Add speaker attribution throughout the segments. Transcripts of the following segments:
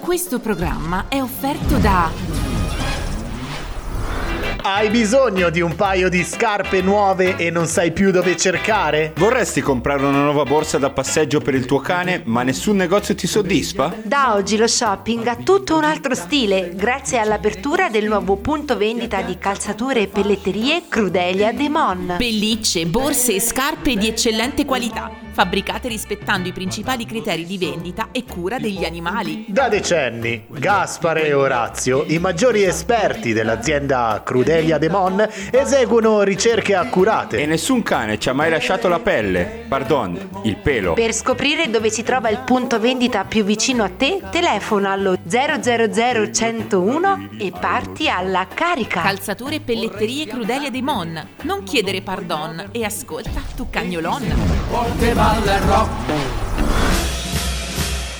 Speaker 1: Questo programma è offerto da
Speaker 2: Hai bisogno di un paio di scarpe nuove e non sai più dove cercare?
Speaker 3: Vorresti comprare una nuova borsa da passeggio per il tuo cane, ma nessun negozio ti soddisfa?
Speaker 4: Da oggi lo shopping ha tutto un altro stile, grazie all'apertura del nuovo punto vendita di calzature e pelletterie Crudelia De Mon.
Speaker 5: Pellicce, borse e scarpe di eccellente qualità, fabbricate rispettando i principali criteri di vendita e cura degli animali.
Speaker 2: Da decenni, Gaspare e Orazio, i maggiori esperti dell'azienda Crudelia De Mon, eseguono ricerche
Speaker 3: E
Speaker 2: accurate.
Speaker 3: nessun cane ci ha mai lasciato la pelle, pardon, il pelo.
Speaker 4: Per scoprire dove si trova il punto vendita più vicino a te, telefona allo 000 101 e parti alla carica.
Speaker 5: Calzature e pelletterie Crudelia De Mon. Non chiedere pardon e ascolta tu cagnolon.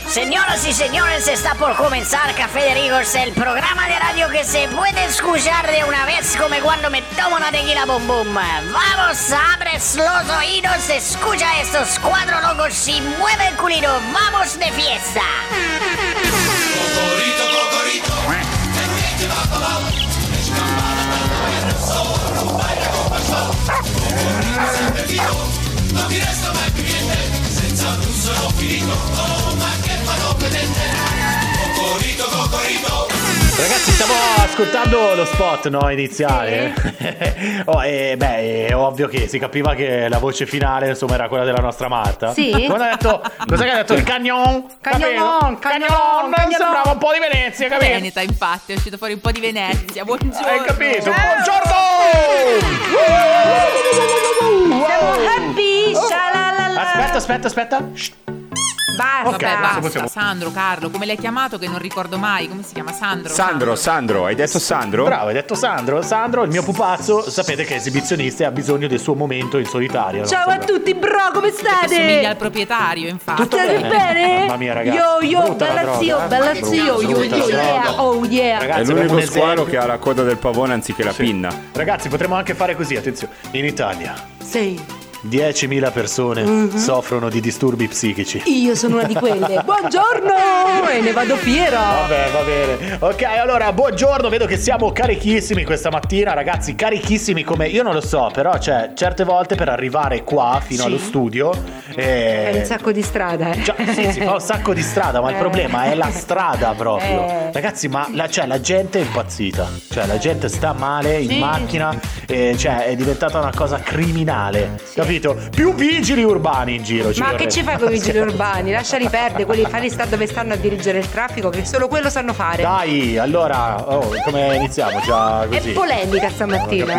Speaker 6: Señoras y señores, está por comenzar Café de Rigors, el programa de radio que se puede escuchar de una vez como cuando me tomo una tequila bum bum. Vamos, abres los oídos, escucha a estos cuatro locos y mueve el culino. Vamos de fiesta.
Speaker 2: Ragazzi, stiamo ascoltando lo spot, no? Iniziale. oh, e, beh, è ovvio che si capiva che la voce finale, insomma, era quella della nostra Marta.
Speaker 4: Sì?
Speaker 2: Quando ha detto, cos'è che ha detto? Il cagnon?
Speaker 4: Cagnon,
Speaker 2: capito?
Speaker 4: cagnon, cagnon.
Speaker 2: Sembrava un po' di Venezia, capito?
Speaker 5: Veneta, infatti, è uscito fuori un po' di Venezia. Buongiorno. Eh,
Speaker 2: Hai capito?
Speaker 3: Eh,
Speaker 2: Buongiorno!
Speaker 4: Siamo happy! shalalala.
Speaker 2: Aspetta, aspetta, aspetta. Shh.
Speaker 4: Basta!
Speaker 5: Vabbè, basta.
Speaker 2: possiamo-
Speaker 5: Sandro, Carlo, come l'hai chiamato che non ricordo mai? Come si chiama? Sandro.
Speaker 3: Sandro, Sandro, hai detto Sandro?
Speaker 2: Bravo, hai detto Sandro. Sandro, il mio pupazzo, sapete che è esibizionista e ha bisogno del suo momento in solitario. no?
Speaker 4: Ciao a
Speaker 2: Sembra-
Speaker 4: tutti, bro, come
Speaker 5: Somiglia al
Speaker 4: state?
Speaker 5: proprietario, infatti.
Speaker 2: Tutto
Speaker 4: State
Speaker 2: bene?
Speaker 4: bene?
Speaker 2: Mamma mia, ragazzi.
Speaker 4: Yo, yo,
Speaker 2: Brutta la
Speaker 4: bella
Speaker 2: droga,
Speaker 4: zio,
Speaker 2: eh?
Speaker 4: bella
Speaker 2: Brutta,
Speaker 4: zio, yo,
Speaker 2: brutta
Speaker 4: yo,
Speaker 2: la
Speaker 4: yeah,
Speaker 2: droga.
Speaker 4: oh yeah.
Speaker 2: Ragazzi,
Speaker 3: È
Speaker 2: abbiamo
Speaker 3: l'unico
Speaker 2: un
Speaker 3: squalo
Speaker 2: esempio.
Speaker 3: che ha la coda del pavone anziché la pinna.
Speaker 2: Ragazzi, potremmo anche fare così, attenzione. In Italia
Speaker 4: Sì,
Speaker 2: 10.000 persone
Speaker 4: Mhm.
Speaker 2: soffrono di disturbi psichici.
Speaker 4: io sono una di quelle. Buongiorno! E ne vado fiera!
Speaker 2: Vabbè, va bene. Ok, allora, buongiorno. Vedo che siamo carichissimi questa mattina, ragazzi. Carichissimi come io non lo so, però, cioè, certe volte per arrivare qua fino
Speaker 4: Sì.
Speaker 2: allo studio. eh,
Speaker 4: È un sacco di strada, eh.
Speaker 2: Cioè, sì, si fa un sacco di strada, ma il
Speaker 4: Eh.
Speaker 2: problema è la strada proprio.
Speaker 4: Eh.
Speaker 2: Ragazzi, ma la, cioè, la gente è impazzita. Cioè, la gente sta male in macchina, eh, cioè, è diventata una cosa criminale. Capito? Più vigili urbani in giro.
Speaker 4: Ma che
Speaker 2: vorrebbe.
Speaker 4: ci fai con i vigili urbani? Lasciali perdere, quelli fai sta dove stanno a dirigere il traffico, che solo quello sanno fare.
Speaker 2: Dai, allora, oh, come iniziamo? Già
Speaker 4: È
Speaker 2: così.
Speaker 4: polemica stamattina.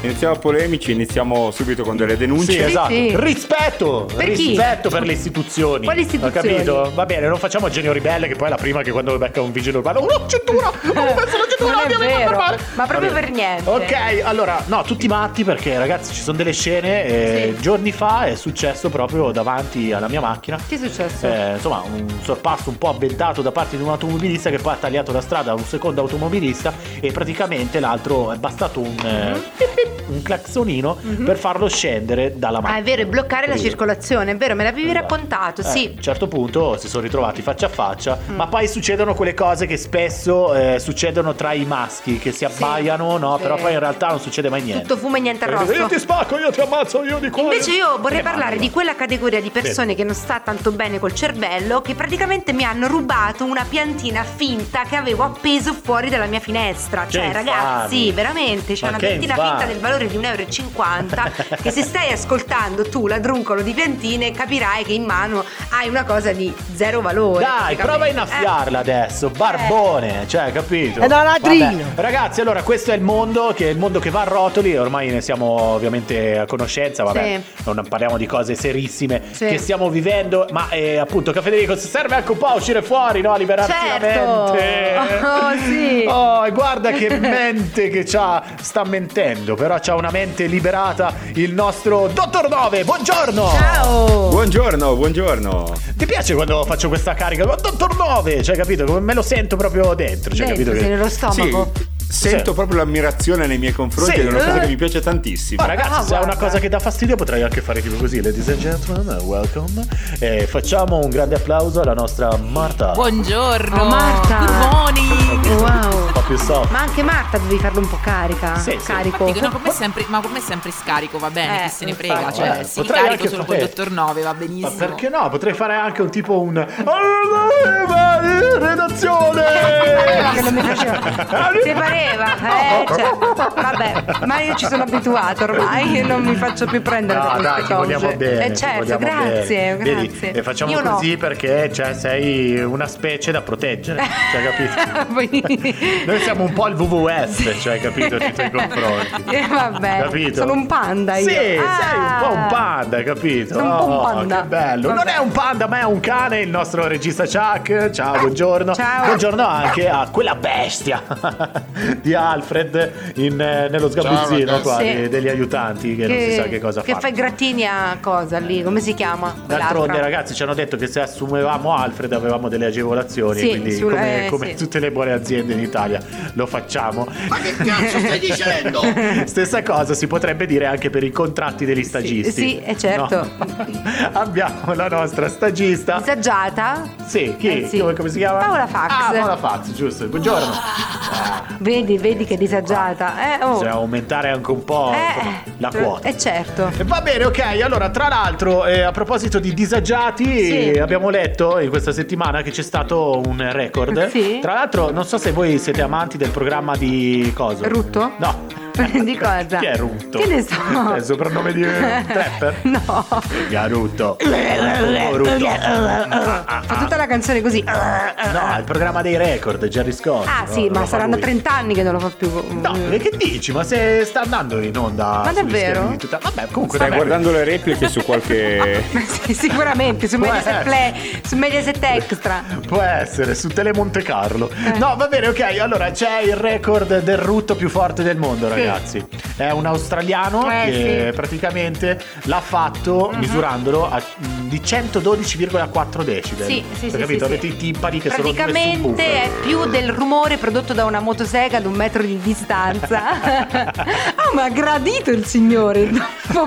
Speaker 3: Iniziamo polemici, iniziamo subito con delle denunce.
Speaker 2: Sì, esatto.
Speaker 4: sì.
Speaker 2: Rispetto!
Speaker 4: Per chi?
Speaker 2: rispetto per le istituzioni.
Speaker 4: Quali
Speaker 2: Ho
Speaker 4: istituzioni?
Speaker 2: capito? Va bene, non facciamo genio ribelle, che poi è la prima che quando becca un vigile urbano. Oh, cintura! Oh, penso alla cintura!
Speaker 4: Non è
Speaker 2: mi
Speaker 4: vero,
Speaker 2: fermare!"
Speaker 4: ma proprio
Speaker 2: Va bene.
Speaker 4: per niente.
Speaker 2: Ok, allora, no, tutti matti perché ragazzi ci sono delle scene. eh, Giorni fa è successo proprio davanti alla mia macchina.
Speaker 4: Che è successo?
Speaker 2: Eh, insomma, un sorpasso un po' avventato da parte di un automobilista che poi ha tagliato la strada a un secondo automobilista e praticamente l'altro è bastato un, eh,
Speaker 4: Mhm.
Speaker 2: pip pip, un claxonino per farlo scendere dalla macchina.
Speaker 4: Ah, è vero, è bloccare la
Speaker 2: Capito?
Speaker 4: circolazione, è vero, me l'avevi
Speaker 2: Esatto.
Speaker 4: raccontato,
Speaker 2: Eh, A
Speaker 4: sì. Mm.
Speaker 2: un certo punto si sono ritrovati faccia a faccia, ma poi succedono quelle cose che spesso eh, succedono tra i maschi che si abbaiano, no?
Speaker 4: Sì.
Speaker 2: Però poi in realtà non succede mai niente.
Speaker 4: Tutto fumo e niente
Speaker 2: Perché Io
Speaker 4: arrosto.
Speaker 2: ti spacco, io ti ammazzo, io di qua.
Speaker 4: Invece io vorrei
Speaker 2: Eh, ma
Speaker 4: parlare
Speaker 2: no.
Speaker 4: di quella categoria di persone che non sta tanto bene col cervello, che praticamente mi hanno rubato una piantina finta che avevo appeso fuori dalla mia finestra.
Speaker 2: Che
Speaker 4: Cioè,
Speaker 2: infami.
Speaker 4: ragazzi, veramente c'è
Speaker 2: Ma
Speaker 4: una
Speaker 2: che
Speaker 4: piantina
Speaker 2: infami.
Speaker 4: finta del valore di 1,50 euro che se stai ascoltando tu ladruncolo di piantine capirai che in mano hai una cosa di zero valore.
Speaker 2: Dai,
Speaker 4: praticamente.
Speaker 2: prova a
Speaker 4: Eh.
Speaker 2: innaffiarla adesso, barbone, cioè, capito?
Speaker 7: È da ladrino.
Speaker 2: Vabbè, Ragazzi, allora, questo è il mondo, che è il mondo che va a rotoli, ormai ne siamo ovviamente a conoscenza, vabbè,
Speaker 4: Sì.
Speaker 2: non parliamo di cose serissime
Speaker 4: Sì.
Speaker 2: che stiamo vivendo, ma eh, appunto, Caffè Federico, se serve anche un po' a uscire fuori, no, a liberarsi
Speaker 4: Certo.
Speaker 2: la mente.
Speaker 4: Oh, sì.
Speaker 2: Oh, e guarda che mente che c'ha, sta mentendo, però c'ha una mente liberata il nostro Dottor Nove, buongiorno!
Speaker 4: Eh, Ciao!
Speaker 3: Buongiorno, buongiorno.
Speaker 2: Ti piace quando faccio questa carica? Ma Dottor 9, cioè capito? Come me lo sento proprio dentro, cioè
Speaker 4: Dentro,
Speaker 2: capito
Speaker 4: sei
Speaker 2: che...
Speaker 4: nello stomaco.
Speaker 3: Sì, sento proprio l'ammirazione nei miei confronti
Speaker 2: Sì,
Speaker 3: ed è una cosa
Speaker 2: eh.
Speaker 3: che mi piace tantissimo.
Speaker 2: Ma ragazzi,
Speaker 4: Ah,
Speaker 2: se è una
Speaker 4: guarda.
Speaker 2: cosa che dà fastidio potrei anche fare tipo così, ladies and gentlemen, welcome. Eh, facciamo un grande applauso alla nostra Marta.
Speaker 5: Buongiorno.
Speaker 4: Oh, Marta.
Speaker 5: Good morning.
Speaker 2: Un
Speaker 4: Wow.
Speaker 2: po' più soft.
Speaker 4: Ma anche Marta dovevi farlo un po' carica.
Speaker 2: Sì, sì.
Speaker 4: Carico.
Speaker 5: Dico, no, con me è sempre, ma con me è sempre scarico, va bene,
Speaker 4: Eh,
Speaker 5: chi se ne
Speaker 4: infatti.
Speaker 5: frega. Cioè,
Speaker 2: Eh,
Speaker 5: sì,
Speaker 2: potrei
Speaker 5: carico
Speaker 2: anche
Speaker 5: solo col
Speaker 2: fare-
Speaker 5: dottor 9, va
Speaker 2: Ma
Speaker 5: benissimo.
Speaker 2: perché no? Potrei fare anche un tipo un redazione!
Speaker 4: Quella che non mi faceva. Ti pareva? Eh, cioè, vabbè, ma io ci sono abituato ormai e non mi faccio più prendere da
Speaker 2: No,
Speaker 4: queste
Speaker 2: dai, ti
Speaker 4: cose.
Speaker 2: vogliamo bene.
Speaker 4: Eh,
Speaker 2: ti
Speaker 4: certo,
Speaker 2: vogliamo bene.
Speaker 4: grazie,
Speaker 2: Vedi,
Speaker 4: grazie.
Speaker 2: E facciamo
Speaker 4: Io no.
Speaker 2: così perché cioè, sei una specie da proteggere, cioè, capito?
Speaker 4: Poi-
Speaker 2: Noi siamo un po' il WWF, cioè, capito, nei tuoi confronti.
Speaker 4: Eh, vabbè,
Speaker 2: Capito?
Speaker 4: sono un panda io.
Speaker 2: Sì, sei un po' un
Speaker 4: Ah.
Speaker 2: panda, capito?
Speaker 4: Sono un po' un
Speaker 2: Oh,
Speaker 4: panda.
Speaker 2: Che bello. Non
Speaker 4: Vabbè.
Speaker 2: è un panda, ma è un cane, il nostro regista Chuck. Ciao, buongiorno.
Speaker 4: Ah, Ciao.
Speaker 2: Buongiorno anche a quella bestia di Alfred in, eh, nello sgabuzzino
Speaker 7: ragazzi.
Speaker 2: qua,
Speaker 4: Sì.
Speaker 2: de- degli aiutanti che, non si sa che cosa
Speaker 4: che
Speaker 2: fanno.
Speaker 4: fai grattini a cosa lì? Come si chiama?
Speaker 2: D'altronde,
Speaker 4: Quell'altra.
Speaker 2: ragazzi, ci hanno detto che se assumevamo Alfred avevamo delle agevolazioni,
Speaker 4: Sì,
Speaker 2: quindi
Speaker 4: sul-
Speaker 2: come,
Speaker 4: eh,
Speaker 2: come
Speaker 4: sì.
Speaker 2: tutte le buone aziende in Italia lo facciamo.
Speaker 7: Ma che cazzo stai dicendo?
Speaker 2: Stessa cosa si potrebbe dire anche per i contratti degli stagisti.
Speaker 4: sì, eh, certo.
Speaker 2: No. Abbiamo la nostra stagista.
Speaker 4: Disagiata?
Speaker 2: Sì, chi?
Speaker 4: Eh, sì.
Speaker 2: Come, come si chiama?
Speaker 4: Paola Fax.
Speaker 2: Ah, Paola Fax, giusto. Buongiorno.
Speaker 4: Vedi, vedi che è disagiata. Eh, oh.
Speaker 2: Bisogna aumentare anche un po' insomma,
Speaker 4: Eh,
Speaker 2: la quota.
Speaker 4: Eh certo.
Speaker 2: E Va bene, ok. Allora, tra l'altro, eh, a proposito di disagiati,
Speaker 4: Sì.
Speaker 2: eh, abbiamo letto in questa settimana che c'è stato un record.
Speaker 4: Sì.
Speaker 2: Tra l'altro, non so se voi siete amanti del programma di cosa.
Speaker 4: Rutto?
Speaker 2: No.
Speaker 4: Di cosa?
Speaker 2: Eh, Chi è Rutto?
Speaker 4: Che ne so?
Speaker 2: È il soprannome di eh, un trapper?
Speaker 4: No.
Speaker 2: Garutto. Oh, Rutto.
Speaker 4: Fa tutta la canzone così.
Speaker 2: ah, No, è il programma dei record, Jerry Scott.
Speaker 4: Ah
Speaker 2: Ah, eh, No,
Speaker 4: sì,
Speaker 2: non lo
Speaker 4: ma
Speaker 2: fa
Speaker 4: saranno
Speaker 2: lui.
Speaker 4: 30 anni che non lo fa più. Mm.
Speaker 2: No, eh, che dici? Ma se sta andando in onda
Speaker 4: Ma
Speaker 2: sugli
Speaker 4: davvero?
Speaker 2: schermi di tutta- Vabbè, comunque
Speaker 3: Stai
Speaker 2: vabbè.
Speaker 3: guardando le repliche su qualche
Speaker 4: Ma sì, sicuramente su
Speaker 2: Può
Speaker 4: Mediaset
Speaker 2: essere.
Speaker 4: Play, su Mediaset Extra.
Speaker 2: Può essere su Telemonte Carlo.
Speaker 4: Eh.
Speaker 2: No, va bene, ok. Allora c'è il record del rutto più forte del mondo, ragazzi. È un australiano
Speaker 4: Eh, Mhm.
Speaker 2: che praticamente l'ha fatto misurandolo a- di 112,4 decibel.
Speaker 4: Sì, sì,
Speaker 2: Hai
Speaker 4: sì,
Speaker 2: Capito?
Speaker 4: sì,
Speaker 2: Avete
Speaker 4: sì.
Speaker 2: i timpani che sono due
Speaker 4: Praticamente è
Speaker 2: subwoofer.
Speaker 4: più del rumore prodotto da una motosega ad un metro di distanza. Ah, ma ha gradito il signore dopo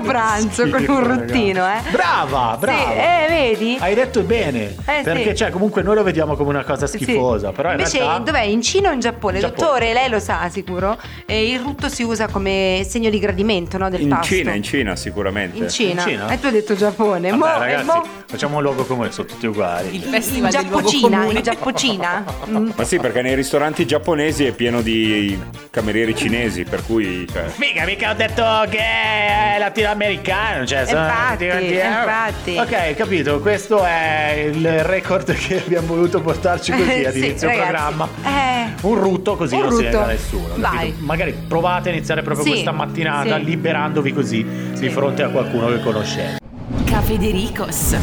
Speaker 4: pranzo con
Speaker 2: Schifo,
Speaker 4: un
Speaker 2: ragazzi.
Speaker 4: ruttino, eh.
Speaker 2: Brava, brava.
Speaker 4: Sì, eh, vedi?
Speaker 2: Hai detto bene,
Speaker 4: Eh,
Speaker 2: perché
Speaker 4: sì.
Speaker 2: cioè comunque noi lo vediamo come una cosa schifosa,
Speaker 4: Sì.
Speaker 2: però in
Speaker 4: Invece
Speaker 2: realtà
Speaker 4: dov'è? In Cina o in Giappone?
Speaker 2: In Giappone.
Speaker 4: Dottore, lei lo sa sicuro. Eh, il rutto si usa come segno di gradimento no, del
Speaker 3: in
Speaker 4: pasto.
Speaker 3: Cina, in Cina sicuramente.
Speaker 4: In Cina.
Speaker 2: In Cina?
Speaker 4: E tu hai detto Giappone.
Speaker 2: Vabbè,
Speaker 4: mo, e
Speaker 2: ragazzi,
Speaker 4: mo-
Speaker 2: facciamo un luogo comune, sono tutti uguali.
Speaker 5: Il
Speaker 4: in
Speaker 5: festival del luogo
Speaker 4: Giappocina,
Speaker 5: comune.
Speaker 4: in Giappocina. Mm.
Speaker 3: Ma sì, perché nei ristoranti giapponesi è pieno di camerieri cinesi, per cui cioè,
Speaker 2: Mica, mica ho detto che è latinoamericano, cioè sono
Speaker 4: Infatti,
Speaker 2: tutti-
Speaker 4: infatti.
Speaker 2: Ok, capito, questo è il record che abbiamo voluto portarci così
Speaker 4: Eh,
Speaker 2: ad
Speaker 4: sì,
Speaker 2: inizio
Speaker 4: ragazzi.
Speaker 2: programma.
Speaker 4: Eh.
Speaker 2: Un rutto così
Speaker 4: Un
Speaker 2: non si
Speaker 4: rutto.
Speaker 2: nega a nessuno. capito?
Speaker 4: Vai.
Speaker 2: Magari provate a iniziare proprio
Speaker 4: Sì,
Speaker 2: questa mattinata
Speaker 4: sì.
Speaker 2: liberandovi così di fronte a qualcuno che conoscete.
Speaker 5: Cafedericos.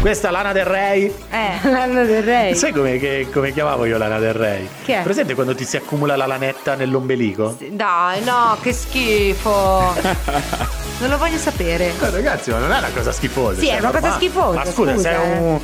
Speaker 2: Questa Lana del Rey
Speaker 4: Eh, l'anno del re.
Speaker 2: Sai come, che- come chiamavo io Lana del Rey?
Speaker 4: Che è?
Speaker 2: Presente quando ti si accumula la lanetta nell'ombelico?
Speaker 4: Dai, no, che schifo. non lo voglio sapere.
Speaker 2: Eh, ragazzi, ma non è una cosa schifosa.
Speaker 4: Sì,
Speaker 2: cioè,
Speaker 4: è una cosa
Speaker 2: normale.
Speaker 4: schifosa,
Speaker 2: Ma scusa,
Speaker 4: scusa,
Speaker 2: sei
Speaker 4: eh.
Speaker 2: un.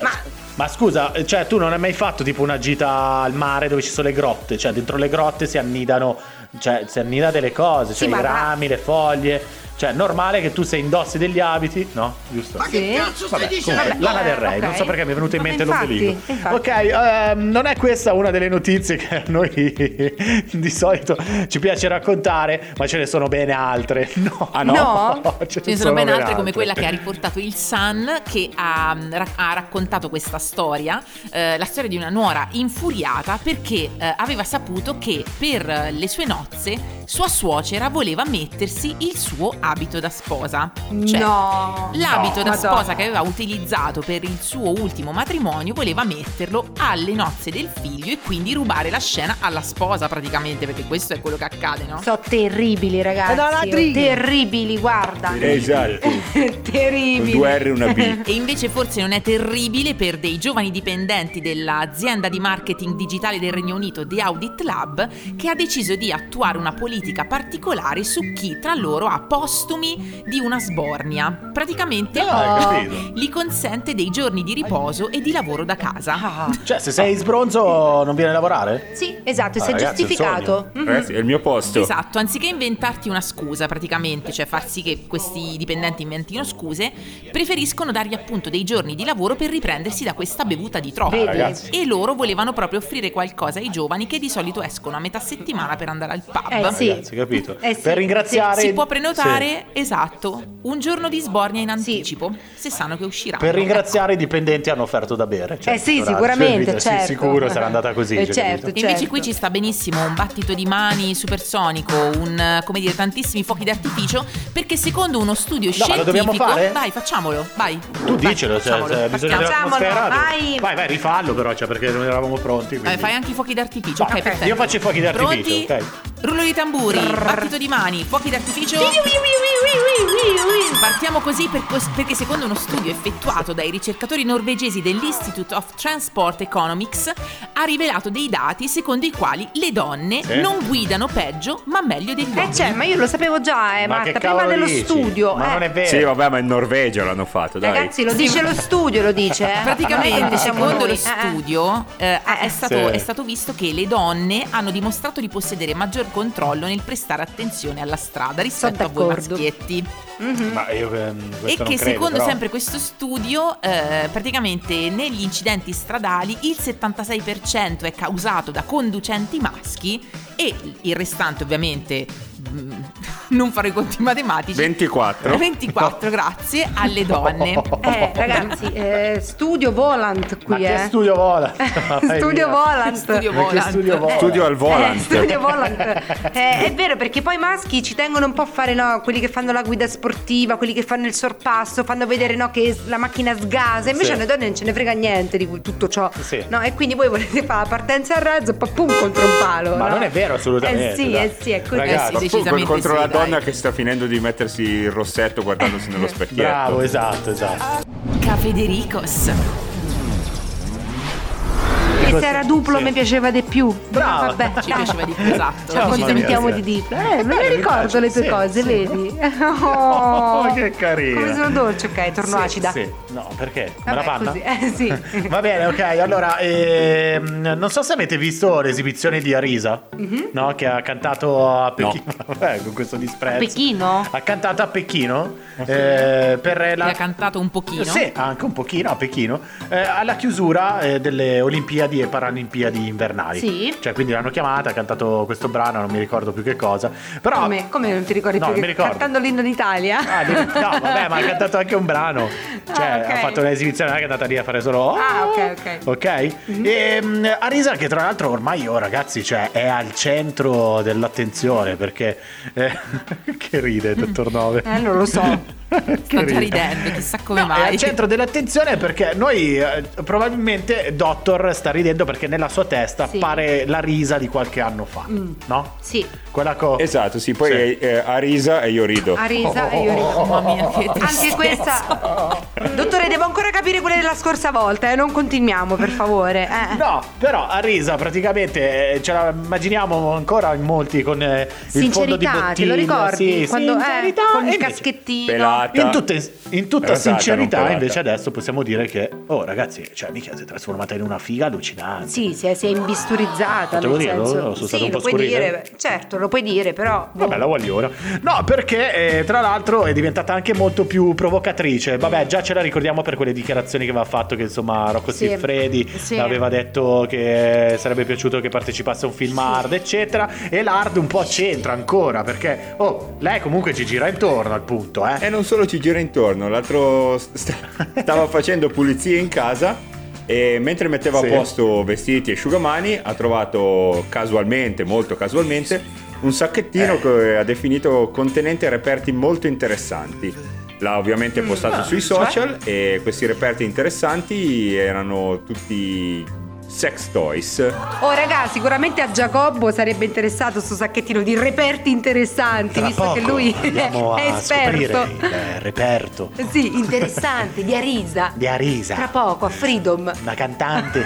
Speaker 4: Ma
Speaker 2: Ma scusa, eh, cioè, tu non hai mai fatto tipo una gita al mare dove ci sono le grotte? Cioè, dentro le grotte si annidano. Cioè, si annida delle cose,
Speaker 4: Sì,
Speaker 2: cioè
Speaker 4: ma-
Speaker 2: i rami, le foglie. Cioè, è normale che tu se indossi degli abiti, no? Giusto.
Speaker 7: Ma che
Speaker 4: Sì?
Speaker 7: cazzo stai
Speaker 2: Vabbè,
Speaker 7: dicendo?
Speaker 2: comunque, Lana
Speaker 4: eh,
Speaker 2: del Rey,
Speaker 4: ok.
Speaker 2: non so perché mi è venuto in
Speaker 4: Ma
Speaker 2: mente
Speaker 4: infatti,
Speaker 2: l'ombelico.
Speaker 4: infatti.
Speaker 2: Ok, ehm, non è questa una delle notizie che a noi di solito ci piace raccontare, ma ce ne sono bene altre. No,
Speaker 3: Ah, no?
Speaker 4: No?
Speaker 5: Ce ne sono ben altre come quella che ha riportato il Sun che ha, mm, ra- ha raccontato questa storia, eh, la storia di una nuora infuriata perché eh, aveva saputo che per eh, le sue nozze sua suocera voleva mettersi il suo abito da sposa. Cioè,
Speaker 4: no.
Speaker 5: L'abito da
Speaker 4: Madonna.
Speaker 5: sposa che aveva utilizzato per il suo ultimo matrimonio voleva metterlo alle nozze del figlio e quindi rubare la scena alla sposa praticamente perché questo è quello che accade, no?
Speaker 4: Sono terribili, ragazzi. terribili, guarda.
Speaker 3: esatto,
Speaker 4: terribili.
Speaker 3: un 2 R e una B.
Speaker 5: E invece forse non è terribile per dei giovani dipendenti dell'azienda di marketing digitale del Regno Unito The Audit Lab che ha deciso di attuare una politica politica particolare su chi tra loro ha postumi di una sbornia. Praticamente
Speaker 3: Ah,
Speaker 5: eh,
Speaker 3: capito.
Speaker 5: gli consente dei giorni di riposo e di lavoro da casa.
Speaker 4: Ah.
Speaker 2: Cioè, se sei sbronzo non viene a lavorare?
Speaker 4: Sì, esatto, e
Speaker 3: Ah,
Speaker 4: sei
Speaker 3: ragazzi, è un
Speaker 4: giustificato. Mm.
Speaker 3: sogno. Ragazzi, Eh, è il mio posto.
Speaker 5: Esatto, anziché inventarti una scusa praticamente, cioè far sì che questi dipendenti inventino scuse, preferiscono dargli appunto dei giorni di lavoro per riprendersi da questa bevuta di troppo.
Speaker 4: Vedi?
Speaker 3: ragazzi.
Speaker 5: E loro volevano proprio offrire qualcosa ai giovani che di solito escono a metà settimana per andare al pub.
Speaker 4: Eh, sì.
Speaker 2: Ragazzi, capito?
Speaker 4: Eh, sì.
Speaker 2: Per ringraziare...
Speaker 5: Si può
Speaker 2: Sì.
Speaker 5: prenotare, esatto, un giorno di sbornia in anticipo, se sanno che uscirà.
Speaker 2: Per ringraziare i dipendenti hanno offerto da bere. cioè,
Speaker 4: eh sì,
Speaker 2: sicuramente,
Speaker 4: sicuramente,
Speaker 2: cioè, sì,
Speaker 4: certo.
Speaker 2: sicuro sarà andata così.
Speaker 4: Eh,
Speaker 2: cioè,
Speaker 4: certo,
Speaker 2: capito?
Speaker 5: E Invece qui ci sta benissimo un battito di mani supersonico, un eh, come dire tantissimi fuochi d'artificio, perché secondo uno studio
Speaker 2: ma lo
Speaker 5: scientifico,
Speaker 2: dobbiamo fare?
Speaker 5: vai, facciamolo, vai. Vai,
Speaker 2: Tu dicelo, cioè,
Speaker 5: facciamolo,
Speaker 2: cioè, bisogna avere
Speaker 5: partiamo.
Speaker 4: Facciamolo,
Speaker 2: un'atmosfera.
Speaker 4: vai.
Speaker 2: Vai, vai, rifallo però, cioè, perché non eravamo pronti. quindi-
Speaker 5: Eh, fai anche i fuochi d'artificio,
Speaker 2: Va,
Speaker 5: ok,
Speaker 2: ok.
Speaker 5: perfetto.
Speaker 2: Io faccio i fuochi d'artificio,
Speaker 5: Pronti? Rullo di tamburi, battito di mani, fuochi d'artificio. Partiamo così per cos- perché secondo uno studio effettuato dai ricercatori norvegesi dell'Institute of Transport Economics ha rivelato dei dati secondo i quali le donne
Speaker 2: Eh?
Speaker 3: Sì.
Speaker 5: non guidano peggio ma meglio degli uomini.
Speaker 4: Eh cioè, ma io lo sapevo già, eh,
Speaker 2: Ma
Speaker 4: Marta,
Speaker 2: che
Speaker 4: prima
Speaker 2: cavolo
Speaker 4: dello
Speaker 2: dici?
Speaker 4: studio.
Speaker 2: Ma
Speaker 4: eh.
Speaker 2: non è vero.
Speaker 3: Sì, vabbè, ma in Norvegia l'hanno fatto, dai.
Speaker 4: Ragazzi, lo dice lo studio, lo dice. eh.
Speaker 5: Praticamente,
Speaker 4: Non siamo
Speaker 5: secondo
Speaker 4: noi,
Speaker 5: lo
Speaker 4: eh, eh.
Speaker 5: studio, eh, è, stato,
Speaker 2: Sì.
Speaker 5: è stato visto che le donne hanno dimostrato di possedere maggior controllo nel prestare attenzione alla strada rispetto a voi
Speaker 4: d'accordo.
Speaker 5: maschietti.
Speaker 2: Ma io ehm, questo
Speaker 5: E
Speaker 2: non
Speaker 5: che
Speaker 2: credo,
Speaker 5: secondo
Speaker 2: però.
Speaker 5: sempre questo studio, eh, praticamente negli incidenti stradali il 76% è causato da conducenti maschi e il restante ovviamente, mm, non farò i conti matematici,
Speaker 3: 24.
Speaker 5: eh, 24 grazie alle donne.
Speaker 4: Eh, ragazzi, eh, studio Volant
Speaker 2: Ma
Speaker 4: qui,
Speaker 2: che
Speaker 4: eh.
Speaker 2: studio vola? Vai
Speaker 4: Studio
Speaker 2: via.
Speaker 4: Volant.
Speaker 5: Studio
Speaker 2: Ma che
Speaker 5: Volant.
Speaker 2: studio vola?
Speaker 3: Studio al
Speaker 4: Eh,
Speaker 3: volante.
Speaker 4: studio Volant. Eh, è vero perché poi i maschi ci tengono un po' a fare no, quelli che fanno la guida sportiva, quelli che fanno il sorpasso, fanno vedere no, che la macchina sgasa, invece
Speaker 2: Sì.
Speaker 4: a noi donne non ce ne frega niente di cui- tutto ciò.
Speaker 2: Sì.
Speaker 4: No, e quindi voi volete fare la partenza al razzo, poi pum contro un palo.
Speaker 2: Ma
Speaker 4: no?
Speaker 2: non è vero assolutamente,
Speaker 4: Eh sì,
Speaker 2: dai.
Speaker 4: eh sì, è così.
Speaker 2: Ragazzi,
Speaker 5: Eh sì, decisamente
Speaker 3: contro
Speaker 5: sì,
Speaker 3: la
Speaker 5: dai.
Speaker 3: donna che sta finendo di mettersi il rossetto guardandosi nello specchietto.
Speaker 2: Bravo, esatto, esatto.
Speaker 5: Cafedericos.
Speaker 4: E se era duplo
Speaker 2: Sì.
Speaker 4: mi piaceva di più.
Speaker 2: Brava.
Speaker 4: Vabbè,
Speaker 5: Ci
Speaker 4: dai.
Speaker 5: piaceva di più, esatto.
Speaker 4: Ci
Speaker 2: Mamma mia,
Speaker 4: accontentiamo
Speaker 2: sì.
Speaker 4: di dirlo. Eh, me
Speaker 2: mi
Speaker 4: le ricordo
Speaker 2: piace,
Speaker 4: le tue
Speaker 2: sì,
Speaker 4: cose,
Speaker 2: sì.
Speaker 4: vedi?
Speaker 2: Oh, che carina.
Speaker 4: Come sono dolce, ok, torno
Speaker 2: Sì,
Speaker 4: acida.
Speaker 2: sì. No, perché? Me la
Speaker 4: Vabbè,
Speaker 2: panna?
Speaker 4: così. Eh, sì.
Speaker 2: Va bene, ok. Allora, ehm, non so se avete visto l'esibizione di Arisa,
Speaker 4: Mhm.
Speaker 2: no? Che ha cantato a Pechino. Vabbè, con questo disprezzo.
Speaker 4: Pechino?
Speaker 2: Ha cantato a Pechino eh, per
Speaker 5: Le
Speaker 2: la.
Speaker 5: ha cantato un pochino.
Speaker 2: Sì, anche un pochino a Pechino, eh, alla chiusura eh, delle Olimpiadi e Paralimpiadi invernali.
Speaker 4: Sì.
Speaker 2: Cioè, quindi l'hanno chiamata, ha cantato questo brano, non mi ricordo più che cosa. Però.
Speaker 4: Come, come non ti ricordi
Speaker 2: No,
Speaker 4: più?
Speaker 2: non
Speaker 4: che-
Speaker 2: mi ricordo.
Speaker 4: Cantando l'inno d'Italia.
Speaker 2: Ah, di- no, vabbè, ma ha cantato anche un brano. Cioè,
Speaker 4: Ah, ok.
Speaker 2: ha fatto un'esibizione, non è che è andata lì a fare solo. "Oh,
Speaker 4: Ah, ok, ok. Mhm.
Speaker 2: Ok? E, mm, Arisa, che tra l'altro ormai, oh, ragazzi, cioè, è al centro dell'attenzione perché. eh, che ride, dottor Nove.
Speaker 4: Eh, non lo so.
Speaker 5: Sto
Speaker 2: Sto
Speaker 5: già ridendo, chissà come
Speaker 2: No, è
Speaker 5: mai.
Speaker 2: al centro dell'attenzione perché noi eh, probabilmente Doctor sta ridendo perché nella sua testa
Speaker 4: Sì. Mm.
Speaker 2: appare la risa di qualche anno fa, no?
Speaker 4: Sì,
Speaker 2: Quella co-
Speaker 3: Esatto, sì, poi
Speaker 2: Sì.
Speaker 3: eh, eh, Arisa e io rido.
Speaker 4: a risa e io rido.
Speaker 5: Mamma mia, che
Speaker 4: Anche
Speaker 5: tristezza.
Speaker 4: questa. oh, Dottore, devo ancora capire quella della scorsa volta, eh. Non continuiamo, per favore. eh.
Speaker 2: No, però a risa praticamente eh, ce la immaginiamo ancora in molti con eh, il fondo di
Speaker 4: Sincerità,
Speaker 2: bottiglia.
Speaker 4: te lo ricordi?
Speaker 2: Sì,
Speaker 4: Quando, eh,
Speaker 2: sincerità,
Speaker 4: con
Speaker 2: e
Speaker 4: il
Speaker 2: invece-
Speaker 4: caschettino.
Speaker 3: Pelata.
Speaker 2: In, tutta- in tutta
Speaker 3: Rasata, non
Speaker 2: sincerità
Speaker 3: pelata.
Speaker 2: invece adesso possiamo dire che, oh ragazzi, cioè mica si è trasformata in una figa allucinante.
Speaker 4: Sì, si è, si è imbisturizzata.
Speaker 2: Potevo
Speaker 4: nel
Speaker 2: dirlo?
Speaker 4: senso-
Speaker 2: Sono
Speaker 4: sì,
Speaker 2: stato un
Speaker 4: lo
Speaker 2: po' eh.
Speaker 4: puoi
Speaker 2: scurrile.
Speaker 4: dire, certo, lo puoi dire, però. boh.
Speaker 2: Vabbè, la voglio No, perché eh, tra l'altro è diventata anche molto più provocatrice. Vabbè, già ce la ricordiamo per quelle dichiarazioni che aveva fatto che insomma Rocco
Speaker 4: Sì.
Speaker 2: Siffredi
Speaker 4: Sì.
Speaker 2: aveva detto che sarebbe piaciuto che partecipasse a un film hard, eccetera. E l'hard un po' c'entra ancora perché, oh, lei comunque ci gira intorno al punto, eh.
Speaker 3: E non solo ci gira intorno, l'altro st- stava facendo pulizie in casa e mentre metteva
Speaker 2: Sì.
Speaker 3: a posto vestiti e asciugamani ha trovato casualmente, molto casualmente, un sacchettino
Speaker 2: Eh.
Speaker 3: che ha definito contenente reperti molto interessanti. L'ha
Speaker 2: Mm,
Speaker 3: ovviamente postato sui
Speaker 2: cioè?
Speaker 3: social e questi reperti interessanti erano tutti sex toys.
Speaker 4: Oh, raga, sicuramente a Giacobbo sarebbe interessato sto sacchettino di reperti interessanti,
Speaker 2: Tra
Speaker 4: visto che
Speaker 2: poco
Speaker 4: lui
Speaker 2: andiamo
Speaker 4: è
Speaker 2: a
Speaker 4: esperto.
Speaker 2: scoprire il reperto
Speaker 4: Sì, interessanti, di Arisa.
Speaker 2: di Arisa,
Speaker 4: Tra poco, a Freedom.
Speaker 2: una cantante.